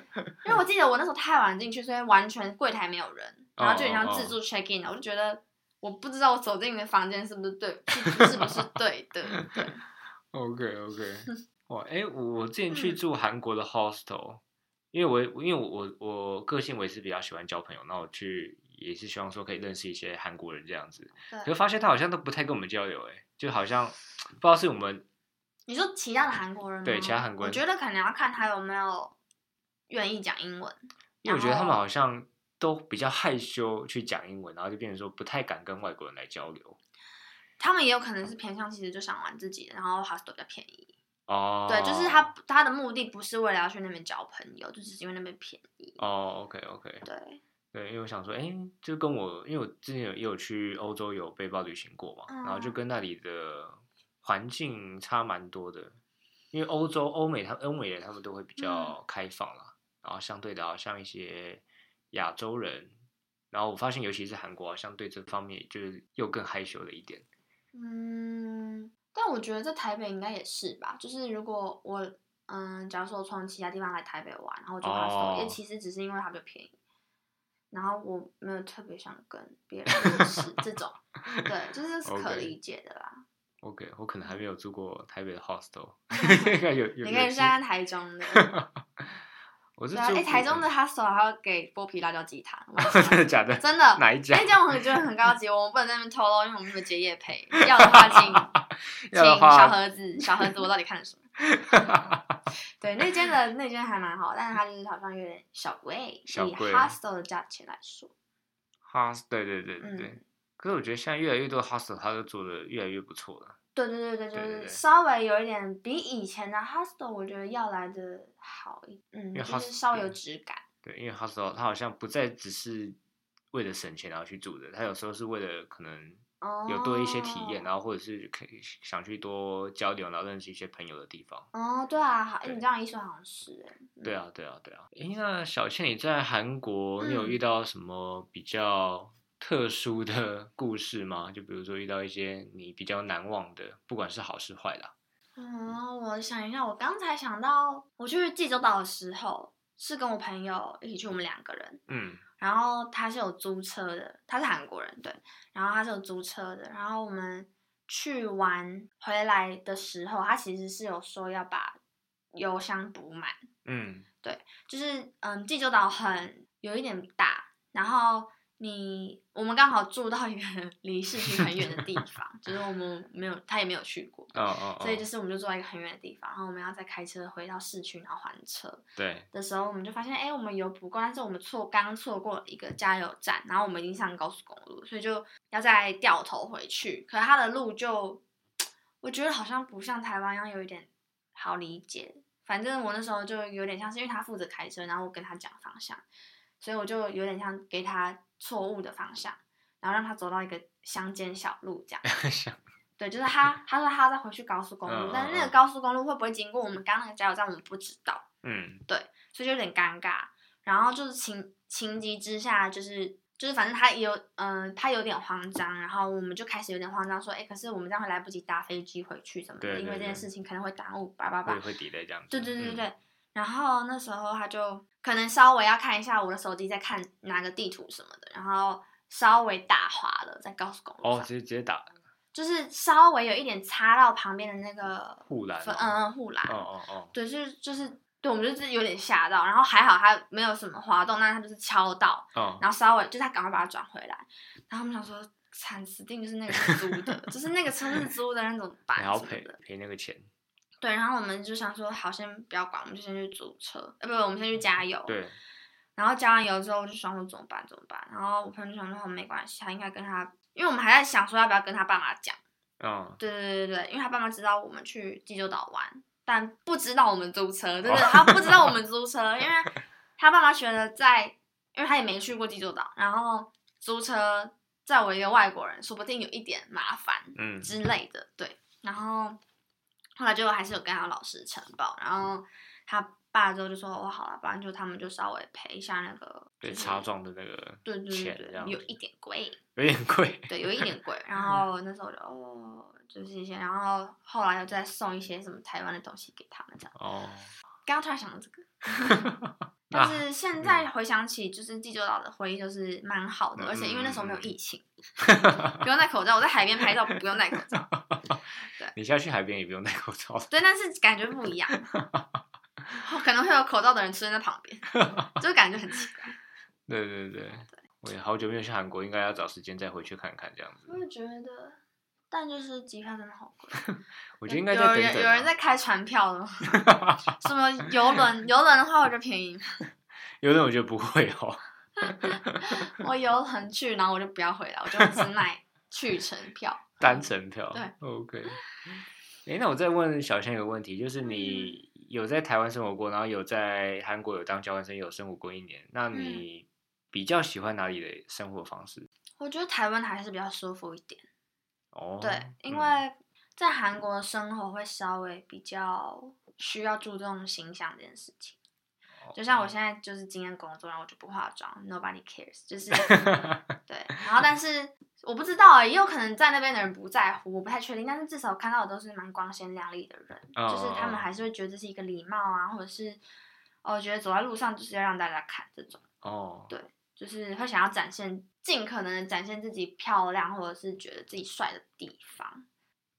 [SPEAKER 2] 因为我记得我那时候太晚进去，所以完全柜台没有人，然后就很像自助 check in 了，我就觉得。我不知道我走进你的房间是不是对，是是不是对的？对，
[SPEAKER 1] OK OK，哇，哎、我我之前
[SPEAKER 2] 嗯
[SPEAKER 1] 去住韩国的 hostel，因为我因为我我我个性我也是比较喜欢交朋友，那我去也是希望说可以认识一些韩国人这样子，
[SPEAKER 2] 对
[SPEAKER 1] 可是发现他好像都不太跟我们交流、诶哎，就好
[SPEAKER 2] 哦
[SPEAKER 1] 像不知道是我们
[SPEAKER 2] 你说其他的韩国人吗？
[SPEAKER 1] 对其他韩国人
[SPEAKER 2] 我觉得可能要看他有没有愿意讲英文。
[SPEAKER 1] 因为我觉得他们
[SPEAKER 2] 然后
[SPEAKER 1] 好像都比较害羞去讲英文，然后就变成说不太敢跟外国人来交流。
[SPEAKER 2] 他们也有可能是偏向，其实就想玩自己的，然后 hostel 比较便宜。
[SPEAKER 1] 哦，
[SPEAKER 2] 对，就是他他的目的不是为了要去那边交朋友，就只是因为那边便宜。
[SPEAKER 1] 哦，OK OK，
[SPEAKER 2] 对，
[SPEAKER 1] 对，因为我想说，哎，就跟我，因为我之前有也有去欧洲有背包旅行过嘛，然后就
[SPEAKER 2] 嗯
[SPEAKER 1] 跟那里的环境差蛮多的，因为欧洲、欧美他欧美人他们都会比
[SPEAKER 2] 嗯
[SPEAKER 1] 较开放啦，然后相对的，好像一些亚洲人，然后我发现尤其是韩国，好像对这方面就是又更害羞了一点。
[SPEAKER 2] 嗯，但我觉得在台北应该也是吧。就是如果我嗯，假如说我从其他地方来台北玩，然后我就
[SPEAKER 1] 哦
[SPEAKER 2] hostel，、也其实只是因为它比较便宜。然后我没有特别想跟别人认识 这种，对，就是是可
[SPEAKER 1] OK
[SPEAKER 2] 理解的啦。
[SPEAKER 1] OK，我可能还没有住过台北的 hostel，应该有有。
[SPEAKER 2] 你
[SPEAKER 1] 有
[SPEAKER 2] 可以去
[SPEAKER 1] 机
[SPEAKER 2] 看看台中的，
[SPEAKER 1] 我是
[SPEAKER 2] 对
[SPEAKER 1] 住
[SPEAKER 2] 啊，哎、台中的
[SPEAKER 1] 过
[SPEAKER 2] h o s t e 还要给剥皮辣椒鸡汤，我
[SPEAKER 1] 真的假 的？
[SPEAKER 2] 真的。
[SPEAKER 1] 哪一家
[SPEAKER 2] 哎、？这样我觉得很高级，我们不能在那边透露，因为我们没有接夜配。要的话请，
[SPEAKER 1] 要的
[SPEAKER 2] 请
[SPEAKER 1] 话
[SPEAKER 2] 小盒子，小盒子，我到底看 了什么？对，那间的那间还蛮好，但是它就是好像有点小贵，
[SPEAKER 1] 小
[SPEAKER 2] 以
[SPEAKER 1] 贵
[SPEAKER 2] hostel 的价钱来说，
[SPEAKER 1] hostel 对对对对
[SPEAKER 2] 嗯
[SPEAKER 1] 对。可是我觉得现在越来越多 hostel，它都做的越来越不错了。
[SPEAKER 2] 对对对对，
[SPEAKER 1] 对
[SPEAKER 2] 就
[SPEAKER 1] 对对
[SPEAKER 2] 是稍微有一点比以前的 hostel 我觉得要来的好一，嗯，
[SPEAKER 1] 为
[SPEAKER 2] 就是
[SPEAKER 1] hostel-
[SPEAKER 2] 稍微有质感。
[SPEAKER 1] 对，因为 hostel 它好像不再只是为了省钱然后去住的，它有时候是为了可能
[SPEAKER 2] 哦，
[SPEAKER 1] 有多一些体验，然后或者是可以想去多交流，然后认识一些朋友的地方。
[SPEAKER 2] 哦，对啊，好，哎、
[SPEAKER 1] 对
[SPEAKER 2] 你这样一说好像是哎，
[SPEAKER 1] 对啊，对啊，对啊。诶，那小倩，你在韩国，你有遇
[SPEAKER 2] 嗯
[SPEAKER 1] 到什么比较特殊的故事吗？就比如说遇到一些你比较难忘的，不管是好是坏啦。
[SPEAKER 2] 嗯，我想一下，我刚才想到，我去济州岛的时候是跟我朋友一起去，我们两个人，
[SPEAKER 1] 嗯，
[SPEAKER 2] 然后他是有租车的，他是韩国人，对，然后他是有租车的，然后我们去玩回来的时候，他其实是有说要把油箱补满，
[SPEAKER 1] 嗯，
[SPEAKER 2] 就是嗯，济州岛很有一点大，然后你我们刚好住到一 个离市区很远的地方，就是我们没有他也没有去过，
[SPEAKER 1] 哦哦哦，
[SPEAKER 2] 所以就是我们就坐在一个很远的地方，然后我们要再开车回到市区，然后还车
[SPEAKER 1] 对，
[SPEAKER 2] 的时候，我们就发现，哎、我们油不够，但是我们错刚错过了一个加油站，然后我们已经上高速公路，所以就要再掉头回去。可是它的路就，我觉得好像不像台湾一样有一点好理解。反正我那时候就有点像是，因为他负责开车，然后我跟他讲方向，所以我就有点像给他错误的方向，然后让他走到一个乡间小路这样。对，就是他，他说他要再回去高速 公
[SPEAKER 1] 嗯
[SPEAKER 2] 路，
[SPEAKER 1] 嗯
[SPEAKER 2] 但是那
[SPEAKER 1] 嗯
[SPEAKER 2] 个高速公路会不会经过我们刚刚那个加油站，我们不知道，
[SPEAKER 1] 嗯
[SPEAKER 2] 所以就有点尴尬。然后就是情情急之下，就是就是反正他也有，嗯、他有点慌张，然后我们就开始有点慌张，说，哎，可是我们这样会来不及搭飞机回去什么
[SPEAKER 1] 对
[SPEAKER 2] 的，因为
[SPEAKER 1] 对
[SPEAKER 2] 这
[SPEAKER 1] 对
[SPEAKER 2] 件事情可能会耽误，叭叭叭
[SPEAKER 1] 会。会抵 e 这样子。
[SPEAKER 2] 对对对对
[SPEAKER 1] 嗯
[SPEAKER 2] 对。然后那时候他就可能稍微要看一下我的手机，在看哪个地图什么的，然后稍微打滑了，在高速公路上。
[SPEAKER 1] 哦，直接直接打
[SPEAKER 2] 就是稍微有一点擦到旁边的那个
[SPEAKER 1] 护栏
[SPEAKER 2] 粉
[SPEAKER 1] 哦
[SPEAKER 2] 嗯嗯护栏，
[SPEAKER 1] 哦哦哦，
[SPEAKER 2] 对，就是就是对，我们就是有点吓到，然后还好它没有什么滑动，但是它就是敲到，
[SPEAKER 1] 哦，
[SPEAKER 2] 然后稍微就是他赶快把它转回来，然后我们想说惨死定就是那个是租的，就是那个车是租的，那 怎么办
[SPEAKER 1] 你还要
[SPEAKER 2] 什么
[SPEAKER 1] 赔
[SPEAKER 2] 的？
[SPEAKER 1] 赔那个钱，
[SPEAKER 2] 对，然后我们就想说好，先不要管，我们就先去租车，呃，不，我们先去加油，
[SPEAKER 1] 嗯对，
[SPEAKER 2] 然后加完油之后，我就想说怎么办怎么办，然后我朋友就想说好哦没关系，他应该跟他，因为我们还在想说要不要跟他爸妈讲。
[SPEAKER 1] 嗯，
[SPEAKER 2] 对对对对对，因为他爸妈知道我们去济州岛玩，但不知道我们租车，对不对？
[SPEAKER 1] 哦
[SPEAKER 2] 他不知道我们租车，因为他爸妈觉得在，因为他也没去过济州岛，然后租车在我一个外国人，说不定有一点麻烦
[SPEAKER 1] 嗯，
[SPEAKER 2] 之类的，对。然后后来结果还是有跟他老师呈报，然后他爸之后就说：“哦，好了，不然就他们就稍微赔一下那个，
[SPEAKER 1] 对
[SPEAKER 2] 就是
[SPEAKER 1] 擦撞的那个
[SPEAKER 2] 对对对
[SPEAKER 1] 钱这
[SPEAKER 2] 对，
[SPEAKER 1] 样
[SPEAKER 2] 有
[SPEAKER 1] 子
[SPEAKER 2] 一点贵，
[SPEAKER 1] 有点贵，
[SPEAKER 2] 对，有一点贵。”
[SPEAKER 1] 嗯
[SPEAKER 2] 然后那时候我就哦，就是一些，然后后来又再送一些什么台湾的东西给他们这样。
[SPEAKER 1] 哦，啊
[SPEAKER 2] 刚刚突然想到这个，
[SPEAKER 1] 那
[SPEAKER 2] 但是现在回想起，就是济州岛的回忆就是蛮好的，
[SPEAKER 1] 嗯
[SPEAKER 2] 而且因为那时候没有
[SPEAKER 1] 嗯嗯
[SPEAKER 2] 疫情，不用戴口罩，我在海边拍照不用戴口罩，
[SPEAKER 1] 你现在去海边也不用戴口罩，
[SPEAKER 2] 对，但是感觉不 一样，哦可能会有口罩的人出现在旁边，就感觉很奇怪。
[SPEAKER 1] 对对
[SPEAKER 2] 哦
[SPEAKER 1] 对，我也好久没有去韩国，应该要找时间再回去看看这样子。
[SPEAKER 2] 也觉得，但就是机票真的好贵，
[SPEAKER 1] 我觉得应该
[SPEAKER 2] 嗯有
[SPEAKER 1] 再等等、
[SPEAKER 2] 人
[SPEAKER 1] 啊。
[SPEAKER 2] 有人在开船 票了吗，什么游轮，游轮的话我就便宜，
[SPEAKER 1] 有人我觉得不会哦。
[SPEAKER 2] 我游轮去，然后我就不要回来，我就只买去程票。
[SPEAKER 1] 单程票。
[SPEAKER 2] 对
[SPEAKER 1] ，OK。哎，那我再问小仙一个问题，就是
[SPEAKER 2] 嗯
[SPEAKER 1] 你有在台湾生活过，然后有在韩国有当交换生，有生活过一年，那
[SPEAKER 2] 嗯
[SPEAKER 1] 你比较喜欢哪里的生活方式？
[SPEAKER 2] 我觉得台湾还是比较舒服一点，
[SPEAKER 1] 哦，
[SPEAKER 2] 对，因
[SPEAKER 1] 嗯
[SPEAKER 2] 为在韩国生活会稍微比较需要注重形象这件事情。就
[SPEAKER 1] 哦
[SPEAKER 2] 像我现在就是今天工作，然后我就不化妆，nobody cares，就是对。然后但是我不知道、欸，也有可能在那边的人不在乎，我不太确定。但是至少看到的都是蛮光鲜亮丽的人，
[SPEAKER 1] 哦
[SPEAKER 2] 就是他们
[SPEAKER 1] 哦
[SPEAKER 2] 还是会觉得这是一个礼貌啊，或者是哦，觉得走在路上就是要让大家看这种。
[SPEAKER 1] 哦，
[SPEAKER 2] 对就是会想要展现，尽可能的展现自己漂亮或者是觉得自己帅的地方。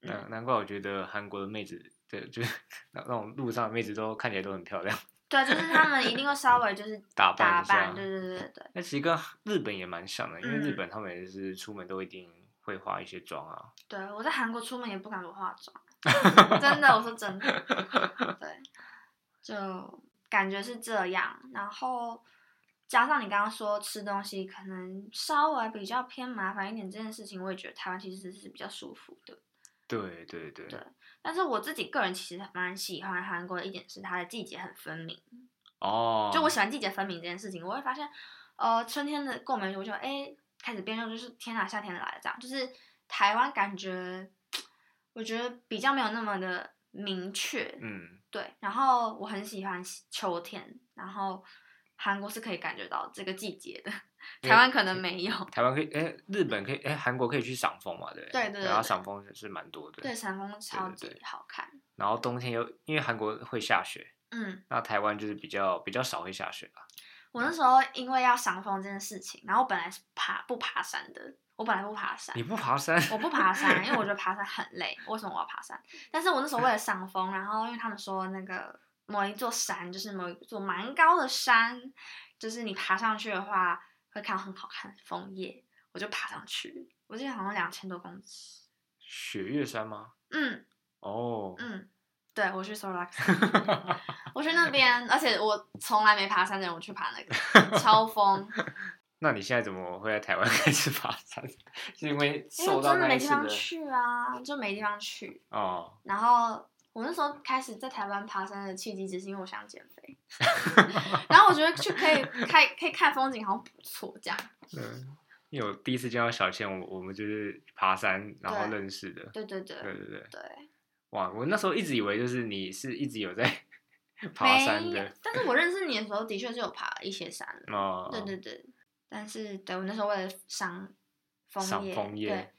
[SPEAKER 1] 难
[SPEAKER 2] 嗯
[SPEAKER 1] 难怪我觉得韩国的妹子，对，就是 那那种路上的妹子都看起来都很漂亮。
[SPEAKER 2] 对，啊就是他们一定会稍微就是
[SPEAKER 1] 打扮
[SPEAKER 2] 打
[SPEAKER 1] 一下
[SPEAKER 2] 扮，对对对对对，
[SPEAKER 1] 那其实跟日本也蛮像的，因为日
[SPEAKER 2] 嗯
[SPEAKER 1] 本他们也是出门都一定会化一些妆啊。
[SPEAKER 2] 对我在韩国出门也不敢不化妆， 真的，我说真的，对，就感觉是这样。然后加上你刚刚说吃东西可能稍微比较偏麻烦一点这件事情，我也觉得台湾其实是比较舒服的。
[SPEAKER 1] 对对对，
[SPEAKER 2] 对但是我自己个人其实蛮喜欢韩国的一点是它的季节很分明。
[SPEAKER 1] 哦，
[SPEAKER 2] 就我喜欢季节分明这件事情，我会发现，呃，春天的过没多久，哎，开始变热，就是天哪，夏天来了，这样，就是台湾感觉，我觉得比较没有那么的明确，
[SPEAKER 1] 嗯，
[SPEAKER 2] 对。然后我很喜欢西秋天，然后韩国是可以感觉到这个季节的，
[SPEAKER 1] 因为
[SPEAKER 2] 台湾可能没有。
[SPEAKER 1] 台湾可以，哎、日本可以，哎、韩国可以去赏枫嘛，对不
[SPEAKER 2] 对对
[SPEAKER 1] 对
[SPEAKER 2] 对
[SPEAKER 1] 然后
[SPEAKER 2] 对
[SPEAKER 1] 赏枫是蛮多的，
[SPEAKER 2] 对，山峰超
[SPEAKER 1] 对
[SPEAKER 2] 级
[SPEAKER 1] 对
[SPEAKER 2] 好看，
[SPEAKER 1] 然后冬天又因为韩国会下雪，
[SPEAKER 2] 嗯。
[SPEAKER 1] 那台湾就是比较比较少会下雪吧。
[SPEAKER 2] 我
[SPEAKER 1] 嗯
[SPEAKER 2] 那时候因为要赏枫这件事情，然后我本来是爬不爬山的，我本来不爬山
[SPEAKER 1] 你，不爬山？
[SPEAKER 2] 啊我不爬山，因为我觉得爬山很累。为什么我要爬山？但是我那时候为了赏枫，然后因为他们说那个某一座山，就是某一座蛮高的山，就是你爬上去的话会看到很好看的枫叶，我就爬上去，我记得好像两千多公尺。
[SPEAKER 1] 雪月山吗？
[SPEAKER 2] 嗯
[SPEAKER 1] 哦，
[SPEAKER 2] 嗯，对我去 s o r a 我去那边，而且我从来没爬山的人，我去爬那个 超峰，
[SPEAKER 1] 那你现在怎么会在台湾开始爬 山？是因为
[SPEAKER 2] 因为
[SPEAKER 1] 受
[SPEAKER 2] 哎我
[SPEAKER 1] 到
[SPEAKER 2] 真
[SPEAKER 1] 那
[SPEAKER 2] 的没
[SPEAKER 1] 一
[SPEAKER 2] 地
[SPEAKER 1] 次
[SPEAKER 2] 方
[SPEAKER 1] 的
[SPEAKER 2] 去啊，就没地方去。
[SPEAKER 1] 哦，
[SPEAKER 2] 然后我那时候开始在台湾爬山的契机，只是因为我想减 肥。 然后我觉得去可以看可以看风景，好像不错这样。
[SPEAKER 1] 嗯，因为我第一次见到小倩，我我们就是爬山然后
[SPEAKER 2] 对
[SPEAKER 1] 认识的，
[SPEAKER 2] 对对对
[SPEAKER 1] 对对对，
[SPEAKER 2] 对，
[SPEAKER 1] 哇，我那时候一直以为就是你是一直有在 爬山
[SPEAKER 2] 没有
[SPEAKER 1] 的。
[SPEAKER 2] 但是我认识你的时候，的确是有爬一些山的。
[SPEAKER 1] 哦，
[SPEAKER 2] 对对对，但是对我那时候为了赏
[SPEAKER 1] 赏
[SPEAKER 2] 枫叶，
[SPEAKER 1] 枫叶
[SPEAKER 2] 对，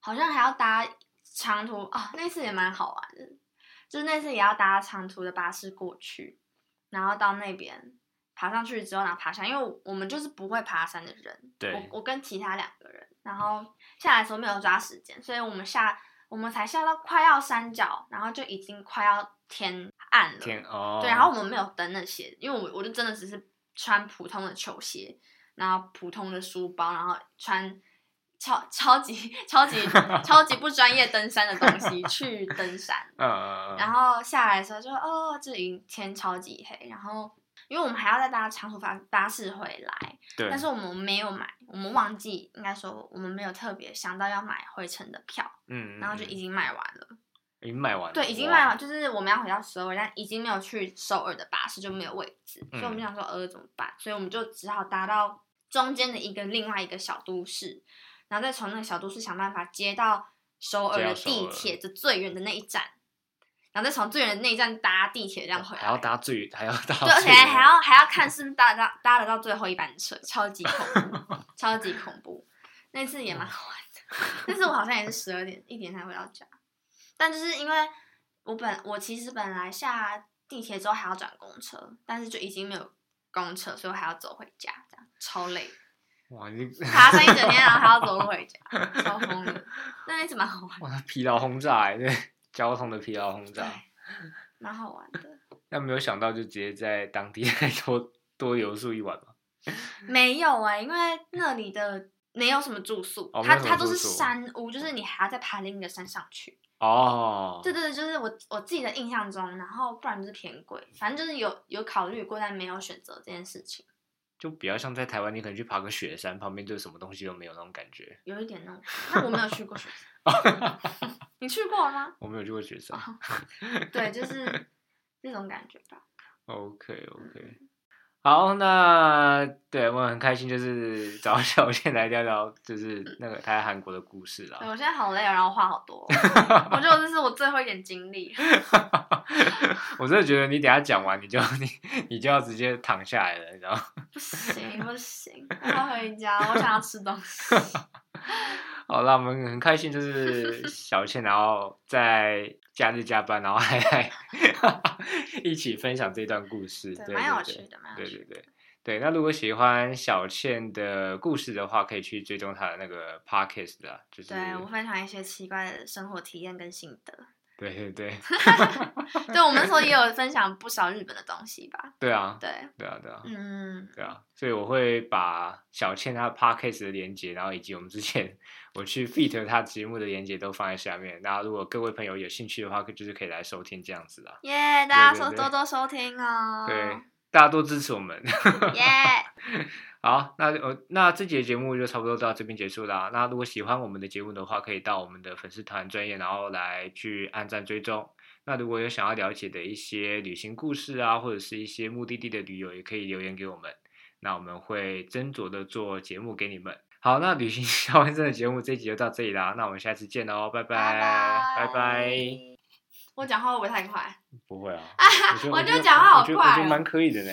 [SPEAKER 2] 好像还要搭长途啊、那次也蛮好玩的，就是那次也要搭长途的巴士过去，然后到那边爬上去之后，然后爬山，因为我们就是不会爬山的人，
[SPEAKER 1] 对
[SPEAKER 2] 我我跟其他两个人，然后下来的时候没有抓时间，所以我们下我们才下到快要山脚，然后就已经快要天暗了，
[SPEAKER 1] 天哦，
[SPEAKER 2] 对，然后我们没有登那些，因为我我就真的只是穿普通的球鞋，然后普通的书包，然后穿超超级 超级超级不专业登山的东西去登山，
[SPEAKER 1] 嗯嗯嗯，
[SPEAKER 2] 然后下来的时候就哦，这已经天超级黑，然后因为我们还要再搭长途巴巴士回来，
[SPEAKER 1] 对，
[SPEAKER 2] 但是我们没有买，我们忘记应该说我们没有特别想到要买回程的票，
[SPEAKER 1] 嗯，
[SPEAKER 2] 然后就
[SPEAKER 1] 嗯
[SPEAKER 2] 已经卖完了。
[SPEAKER 1] 已经卖完了，
[SPEAKER 2] 对，已经
[SPEAKER 1] 哇
[SPEAKER 2] 卖完，，就是我们要回到首尔，但已经没有去首尔的巴士，就没有位置，所以我们就想说，呃，怎么办？所以我们就只好搭到中间的一个另外一个小都市，然后再从那个小都市想办法接到首尔
[SPEAKER 1] 接到
[SPEAKER 2] 的
[SPEAKER 1] 首
[SPEAKER 2] 地
[SPEAKER 1] 尔
[SPEAKER 2] 铁的最远的那一站。然后再从最远的那一站搭地铁这样回来，
[SPEAKER 1] 还要搭最还要搭，
[SPEAKER 2] 对，而且还还要还要看是不是搭到搭得到最后一班车，超级恐怖，超级恐怖。那次也蛮好玩的，但是我好像也是十二点一点才回到家，但就是因为我本我其实本来下地铁之后还要转公车，但是就已经没有公车，所以我还要走回家，这样超累，
[SPEAKER 1] 哇，你
[SPEAKER 2] 爬山一整天，然后还要走路回家，超疯的。但那次蛮好玩的，
[SPEAKER 1] 哇疲劳轰炸欸，对，交通的疲劳 轰
[SPEAKER 2] 对
[SPEAKER 1] 炸。，
[SPEAKER 2] 蛮好玩的。
[SPEAKER 1] 那没有想到就直接在当地 再多多留宿一晚嘛。嗯
[SPEAKER 2] 没有哎、因为那里的没有什么住宿，
[SPEAKER 1] 哦没有
[SPEAKER 2] 它
[SPEAKER 1] 什么
[SPEAKER 2] 它都是
[SPEAKER 1] 住宿
[SPEAKER 2] 山屋，就是你还要再爬另一个山上去。
[SPEAKER 1] 哦，
[SPEAKER 2] 对对对，就是我我自己的印象中，然后不然就是偏贵，反正就是有有考虑过，但没有选择这件事情，
[SPEAKER 1] 就比较像在台湾，你可能去爬个雪山，旁边就什么东西都没有那种感觉。
[SPEAKER 2] 有一点那种。那我没有去过雪山， 你去过了吗？
[SPEAKER 1] 我没有去过雪山。
[SPEAKER 2] 哦对，就是这种感觉吧。
[SPEAKER 1] OK OK，好，那对我很开心，就是找 小倩来聊聊，
[SPEAKER 2] 嗯
[SPEAKER 1] 就是那个她在韩国的故事
[SPEAKER 2] 对，
[SPEAKER 1] 啦。
[SPEAKER 2] 我现在好累哦，然后话好 多哦，我觉得这是我最后一点经历。
[SPEAKER 1] 我真的觉得你等一下讲完，你就你你就要直接躺下来了，你知道吗？
[SPEAKER 2] 不行不行，我要回家，我想要吃东 西。
[SPEAKER 1] 好啦，我们很开心，就是 小倩，然后在假日加班，然后还还 一起分享这段故事，
[SPEAKER 2] 对
[SPEAKER 1] 对，
[SPEAKER 2] 蛮有
[SPEAKER 1] 对
[SPEAKER 2] 趣的蛮有
[SPEAKER 1] 对
[SPEAKER 2] 趣
[SPEAKER 1] 对对对。那如果喜欢小倩的故事的话，可以去追踪她的那个 podcast 啦，就是
[SPEAKER 2] 对我分享一些奇怪的生活体验跟心得。
[SPEAKER 1] 对对对
[SPEAKER 2] 对，我们那时候 也有分享不少日本的东西吧？
[SPEAKER 1] 对啊，
[SPEAKER 2] 对，
[SPEAKER 1] 对啊，对啊。
[SPEAKER 2] 嗯，
[SPEAKER 1] 对啊，所以我会把小倩她 podcast 的连接，然后以及我们之前我去 feat 她节目的连接都放在下面。那如果各位朋友有兴趣的话，可就是可以来收听这样子啊。
[SPEAKER 2] 耶、大家
[SPEAKER 1] 对
[SPEAKER 2] 收
[SPEAKER 1] 对
[SPEAKER 2] 多多收听哦。
[SPEAKER 1] 对，大家多支持我们。
[SPEAKER 2] 耶、
[SPEAKER 1] 好，那呃，那这节节目就差不多到这边结束啦。那如果喜欢我们的节目的话，可以到我们的粉丝团专业，然后来去按赞追踪。那如果有想要了解的一些旅行故事啊，或者是一些目的地的旅游，也可以留言给我们，那我们会斟酌的做节目给你们。好，那旅行 小万生的节目这一集就到这里啦，那我们下次见喽，拜拜拜拜。
[SPEAKER 2] 我讲话会不会太快？
[SPEAKER 1] 不会啊，
[SPEAKER 2] 我觉得讲话好
[SPEAKER 1] 我觉得
[SPEAKER 2] 快
[SPEAKER 1] 我觉得
[SPEAKER 2] 哦
[SPEAKER 1] 蛮可以的呢。